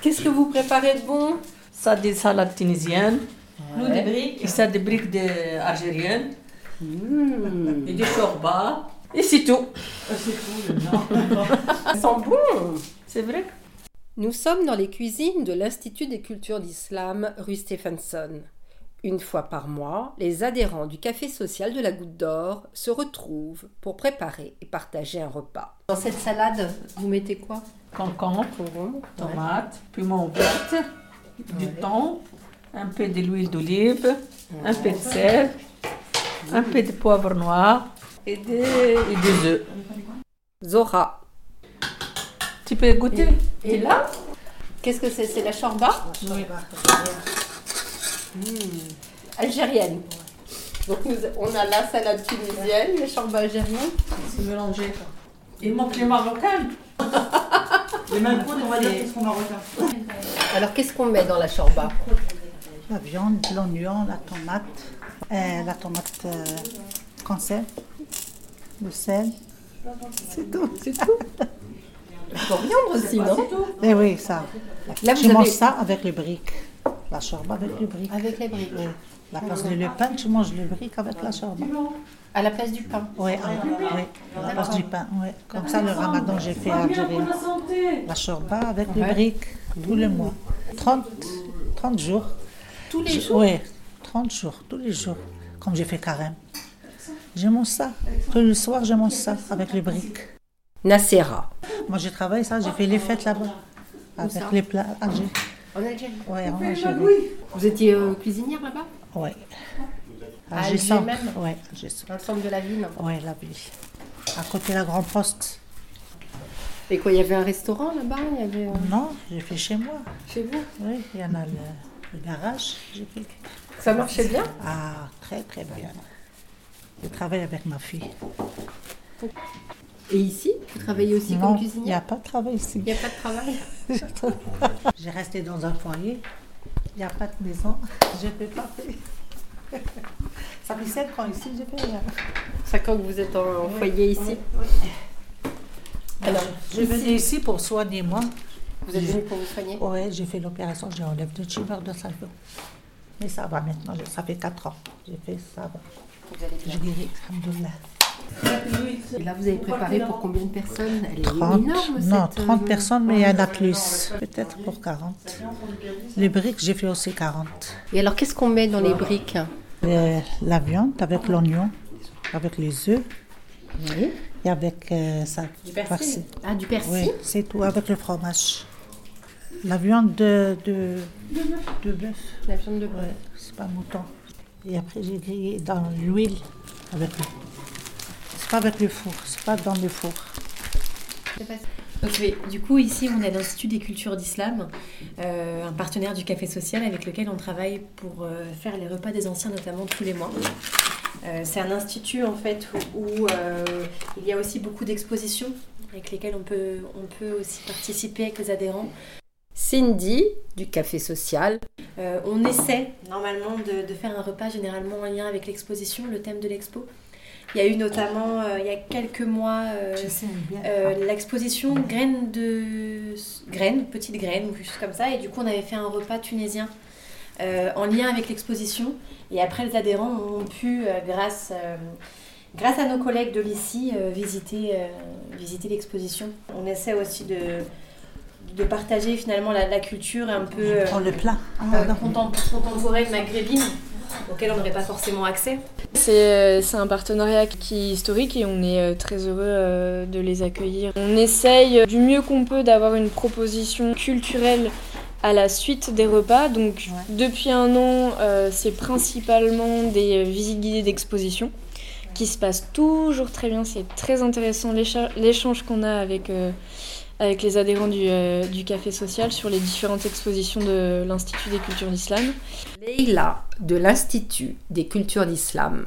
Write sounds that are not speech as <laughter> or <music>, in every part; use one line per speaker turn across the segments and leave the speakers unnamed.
Qu'est-ce que vous préparez de bon
Ça, des salades tunisiennes.
Nous, des briques.
Et ça, des briques de- algériennes. Et des chorbas. Mmh. Et c'est tout.
C'est tout, le nord.
Ça sent bon
C'est vrai
Nous sommes dans les cuisines de l'Institut des cultures d'islam rue Stephenson. Une fois par mois, les adhérents du café social de la Goutte d'Or se retrouvent pour préparer et partager un repas. Dans cette salade, vous mettez quoi
Concombre,
Concombre,
tomate, piment verte, du thon, un peu de l'huile d'olive, un peu de sel, un peu de poivre noir et des, et des œufs.
Zora.
Tu peux goûter
Et là Qu'est-ce que c'est C'est la chorba
Oui.
algérienne. Donc nous- on a la salade tunisienne, la chorba algérienne.
C'est mélangé.
Il manque les Marocains. Les Marocains, on va dire qu'ils sont Marocains.
Alors qu'est-ce qu'on met dans la chorba
La viande, l'oignon, la tomate, euh, la tomate euh, conserve, le sel. C'est tout.
Coriandre aussi, non
Et Eh oui, ça.
Là, vous
tu manges
avez-
ça avec les briques. La chorba avec les briques.
Avec les briques.
Oui. La place de le pain, tu manges le brique avec la chorba.
À la place du pain.
Oui, ah, oui. La place du pain. Oui. Comme ça, le ramadan, j'ai fait à Algérie. La chorba avec les briques, tout le mois. 30, 30 jours.
Tous les jours.
Oui, 30 jours, tous les jours, comme j'ai fait carême. Je mange ça. Tout le soir, je mange ça avec les briques.
Nacera.
Moi, j'ai travaillé ça, j'ai fait les fêtes là-bas. Avec les plats algériens.
En Algérie.
Oui, en Algérie.
Vous étiez euh, cuisinière là-bas
Oui. Ah,
À Alger même
Oui, Alger Centre.
Dans le centre de la ville
Oui, la ville. À côté de la Grand Poste.
Et quoi, il y avait un restaurant là-bas Il y avait. euh,
Non, j'ai fait chez moi.
Chez vous
Oui, il y en a le, le garage. J'ai fait.
Ça marchait bien
Ah, très, très bien. Je travaille avec ma fille.
Et ici Vous travaillez aussi
non,
comme
il n'y
cuisinière
a pas de travail ici.
Il n'y a pas de travail
J'ai resté dans un foyer. Il n'y a pas de maison. <laughs> Je ne peux pas faire. Ça fait 5 ans ici, je peux rien.
Chaque ans que vous êtes en en foyer ici Alors,
Je venais ici pour soigner moi.
vous êtes venu pour vous soigner
Ouais, j'ai fait l'opération, j'ai enlevé deux tumeurs de cerveau. Mais ça va maintenant, ça fait 4 ans. J'ai fait ça, va.
Vous allez
je
bien.
guéris, alhamdoulilah.
Et là, vous avez préparé pour combien de personnes Elle est
30,
énorme
non,
cette, euh,
30 personnes, mais il y en a plus. Peut-être pour 40. Les briques, j'ai fait aussi 40.
Et alors, qu'est-ce qu'on met dans les briques
Euh, la viande avec l'oignon, avec les œufs. Et avec euh, ça. Du persil.
Ah, du persil
Oui, c'est tout, avec le fromage. La viande de, de, de bœuf,
La viande de
ouais, c'est pas mouton. Et après, j'ai grillé dans l'huile avec le. C'est pas avec le four, c'est pas dans le four.
Ok, du coup, ici, on est à l'Institut des cultures d'islam, euh, un partenaire du Café Social avec lequel on travaille pour euh, faire les repas des anciens, notamment tous les mois. Euh, c'est un institut, en fait, où, où, euh, il y a aussi beaucoup d'expositions avec lesquelles on peut, on peut aussi participer avec les adhérents.
Cindy, du café social.
Euh, on essaie normalement de, de faire un repas généralement en lien avec l'exposition, le thème de l'expo. Il y a eu notamment, euh, il y a quelques mois, euh, euh, l'exposition graines de graines, petites graines ou quelque chose comme ça. Et du coup, on avait fait un repas tunisien euh, en lien avec l'exposition. Et après, les adhérents ont pu, euh, grâce, euh, grâce à nos collègues de l'ICI, euh, visiter, euh, visiter l'exposition. On essaie aussi de, de partager finalement la, la culture un peu euh,
Pour le plat.
Ah,
euh,
Pardon.
contem- contemporaine maghrébine auquel on n'aurait pas forcément accès.
C'est euh, c'est un partenariat qui est historique et on est euh, très heureux euh, de les accueillir. On essaye euh, du mieux qu'on peut d'avoir une proposition culturelle à la suite des repas. Donc depuis un an, euh, c'est principalement des euh, visites guidées d'exposition qui se passent toujours très bien. C'est très intéressant l'écha- l'échange qu'on a avec, euh, avec les adhérents du, euh, du Café Social sur les différentes expositions de l'Institut des cultures d'islam.
Leila, de l'Institut des cultures d'islam.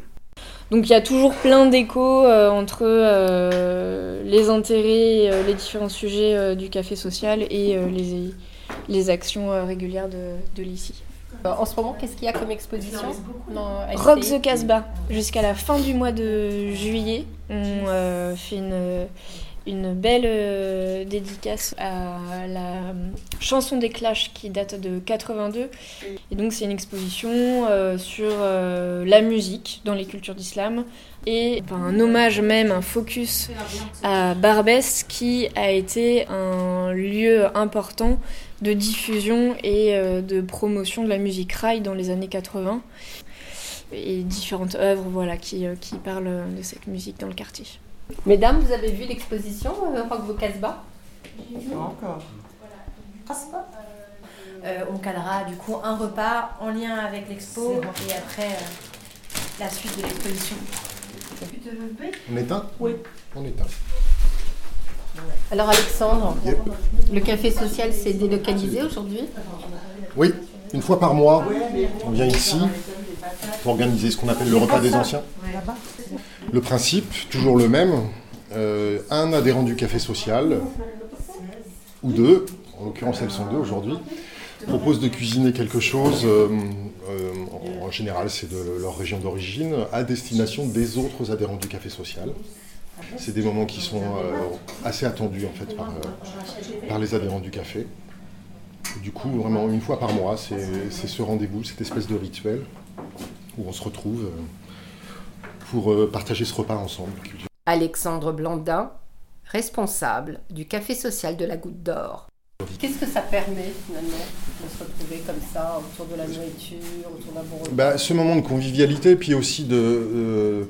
Donc il y a toujours plein d'échos euh, entre euh, les intérêts, et, euh, les différents sujets euh, du café social et euh, les, les actions euh, régulières de, de l'ICI.
Euh, en ce moment, qu'est-ce qu'il y a comme exposition dans LCI?
Rock the Casbah, jusqu'à la fin du mois de juillet, on euh, fait une, une belle euh, dédicace à la euh, chanson des Clash qui date de 82. Et donc c'est une exposition euh, sur euh, la musique dans les cultures d'islam et ben, un hommage même, un focus à Barbès qui a été un lieu important de diffusion et euh, de promotion de la musique rail dans les années 80 et différentes œuvres voilà, qui, euh, qui parlent euh, de cette musique dans le quartier.
Mesdames, vous avez vu l'exposition euh, Rock vos Casbah
Encore.
Euh, on calera du coup un repas en lien avec l'expo et après euh, la suite de l'exposition.
On éteint
Oui.
On éteint.
Alors Alexandre,
Yep.
le café social s'est délocalisé aujourd'hui
Oui, une fois par mois, on vient ici pour organiser ce qu'on appelle le repas des anciens.
Là-bas.
Le principe, toujours le même, euh, un adhérent du café social, ou deux, en l'occurrence elles sont deux aujourd'hui, propose de cuisiner quelque chose, euh, euh, en- en général c'est de leur région d'origine, à destination des autres adhérents du café social. C'est des moments qui sont euh, assez attendus en fait par, euh, par les adhérents du café. Du coup, vraiment une fois par mois, c'est c'est ce rendez-vous, cette espèce de rituel où on se retrouve euh, pour euh, partager ce repas ensemble.
Alexandre Blandin, responsable du café social de la Goutte d'Or. Qu'est-ce que ça permet finalement de se retrouver comme ça autour de la nourriture, autour d'un bon repas
Bah, ce moment de convivialité, puis aussi de euh,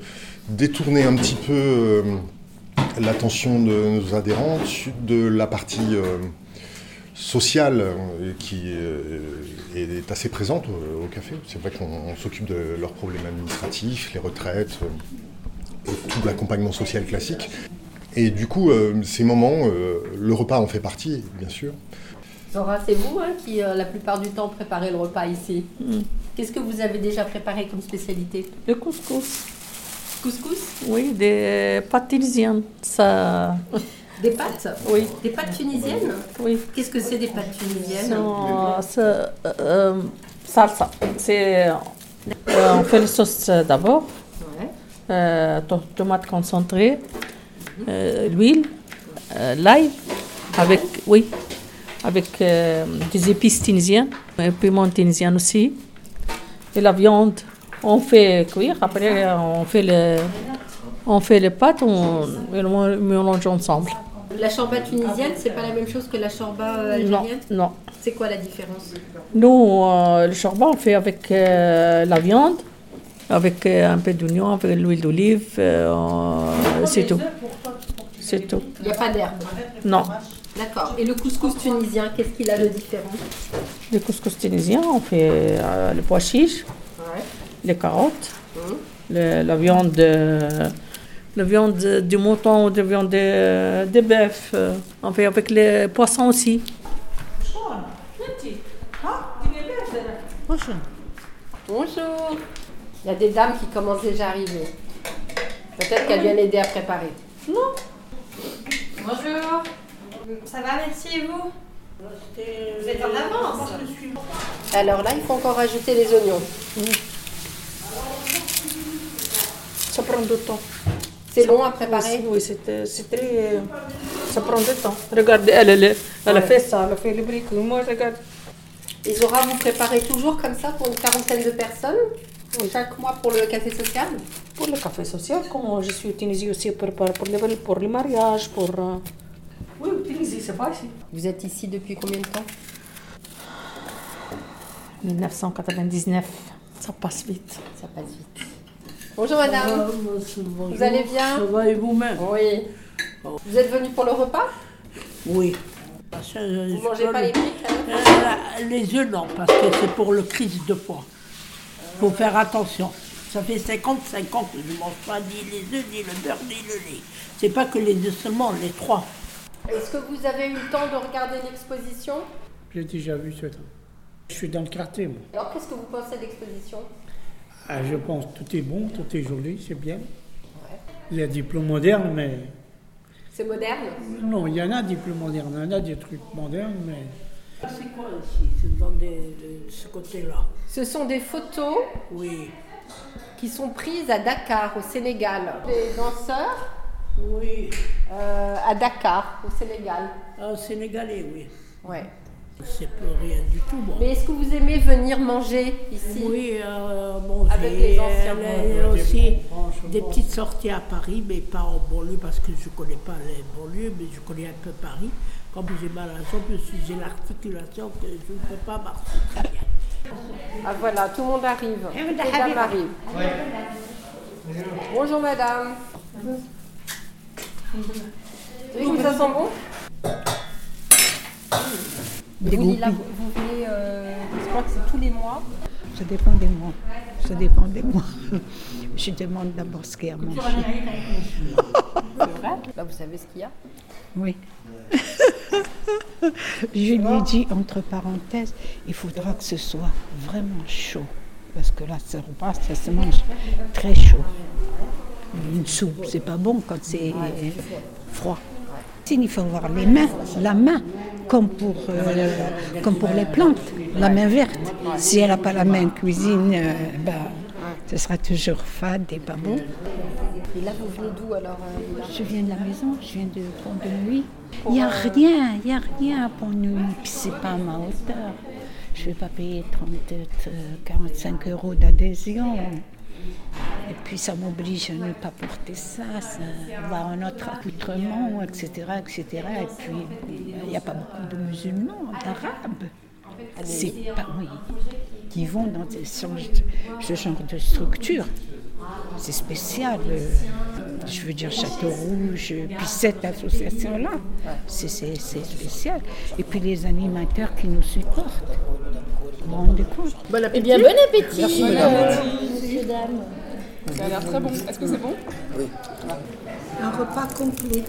détourner un petit peu euh, l'attention de nos adhérents su- de la partie euh, sociale euh, qui euh, est assez présente au, au café. C'est vrai qu'on on s'occupe de leurs problèmes administratifs, les retraites euh, et tout l'accompagnement social classique. Et du coup, euh, ces moments, euh, le repas en fait partie, bien sûr.
Zora, c'est vous hein, qui euh, la plupart du temps préparez le repas ici.
Mm.
Qu'est-ce que vous avez déjà préparé comme spécialité
Le couscous,
Couscous
oui, des pâtes tunisiennes. Ça,
Des pâtes
oui,
Des pâtes tunisiennes
oui.
Qu'est-ce que c'est des pâtes tunisiennes
Non, c'est, euh, euh, salsa. C'est, euh, on fait le sauce euh, d'abord,
Ouais.
euh, to- tomate concentrée, euh, l'huile, euh, l'ail, avec, oui, avec euh, des épices tunisiennes, un piment tunisien aussi, et la viande. On fait cuire, après on fait le, on fait les pâtes, on, et on mélange ensemble.
La chorba tunisienne, c'est pas la même chose que la chorba euh,
Non,
algérienne
non.
C'est quoi la différence
Nous, euh, le charbon, on fait avec euh, la viande, avec euh, un peu d'oignon, avec l'huile d'olive, euh, on- c'est tout. C'est tout.
Il n'y a pas d'herbe.
Non,
D'accord. Et le couscous tunisien, qu'est-ce qu'il a de différent
le couscous tunisien, on fait euh, le pois chiche,
Ouais.
les carottes, le- la viande, euh, la viande du mouton, de viande de, de bœuf. euh, on fait avec les poissons aussi.
Bonjour.
Bonjour Il y a des dames qui commencent déjà à arriver. Peut-être qu'elles viennent aider à préparer.
Bonjour Ça va, merci et vous Vous êtes en avance
Alors là, il faut encore rajouter les oignons.
Ça prend du temps.
C'est long à préparer
Oui, c'est euh, c'est très. euh, Ça prend du temps. Regardez, elle, elle, elle a fait ça, elle a fait le briques. Moi, je regarde.
Et Zora, vous préparez toujours comme ça pour une quarantaine de personnes Chaque mois pour le café social
Pour le café social, comme je suis Tunisie aussi, pour, pour, pour, les, pour les mariages, pour. euh, Oui, Tunisie, c'est pas ici.
Vous êtes ici depuis combien de temps
1999, ça passe vite.
Ça passe vite. Bonjour madame,
Vous
vous allez bien
Ça va et vous-même
Oui. Vous êtes venue pour le repas
Oui. Parce que je-
Vous
je
mangez
peux
pas
le-
les piques hein
Euh, Les œufs, non, parce que c'est pour le crise de foie. Il faut faire attention. Ça fait 55 ans que je ne mange pas ni les œufs, ni le beurre, ni le lait. C'est pas que les œufs seulement, les trois.
Est-ce que vous avez eu le temps de regarder l'exposition
J'ai déjà vu ce temps. Je suis dans le quartier, moi.
Alors qu'est-ce que vous pensez de l'exposition
Ah, je pense que tout est bon, tout est joli, c'est bien. Il y a des plus modernes, mais.
C'est moderne
Non, il y en a des plus modernes, il y en a des trucs modernes, mais.
C'est quoi ici C'est dans des- de ce côté-là.
Ce sont des photos
Oui.
qui sont prises à Dakar, au Sénégal. Des danseurs,
Oui,
Euh, à Dakar, au Sénégal.
un Sénégalais, oui.
Ouais.
C'est pas rien du tout, moi.
Mais est-ce que vous aimez venir manger ici
Oui, euh, bon,
Avec
j'ai-
les anciens
elle
membres.
a
Ouais, des-
aussi
franchement.
des petites sorties à Paris, mais pas en banlieue parce que je connais pas les banlieues, mais je connais un peu Paris. Comme j'ai mal à la jambe, je suis- j'ai l'articulation que je ne peux pas marcher très bien.
Ah voilà, tout le monde arrive. Madame arrive. Bonjour madame. Vous voyez comme ça sent bon vous,
Dégoupille.
là, vous- vous venez, euh, je crois que c'est tous les mois.
Ça dépend des mois. Ça dépend des mois. <laughs> Je demande d'abord ce qu'il y a à manger.
Là, Bah, vous savez ce qu'il y a
Oui. <laughs> Je lui dis, entre parenthèses, il faudra que ce soit vraiment chaud. Parce que là, ça repasse, ça se mange très chaud. Une soupe, c'est pas bon quand c'est euh, froid. Il faut avoir les mains, la main, comme pour, euh, comme pour les plantes, la main verte. Si elle n'a pas la main cuisine, euh, bah, ce sera toujours fade et pas bon.
Et là, vous venez d'où alors euh, Lila
Je viens de la maison, je viens de Pont de Nuit. Il n'y a rien, il n'y a rien à Pont de Nuit, puis c'est pas à ma hauteur. Je ne vais pas payer 30, euh, 45 euros d'adhésion. Et puis ça m'oblige à ne pas porter ça, ça va en autre accoutrement, etc. etc. Et puis il n'y a pas beaucoup de musulmans, d'arabes. C'est pas oui, qui vont dans ce genre- ce genre de structure. C'est spécial. euh, Je veux dire Château Rouge, euh, puis cette association-là, c'est- c'est c'est spécial. Et puis les animateurs qui nous supportent. Vous vous rendez compte
Eh bien, bon appétit
Ça a l'air très bon. Est-ce que c'est bon
Un repas complet.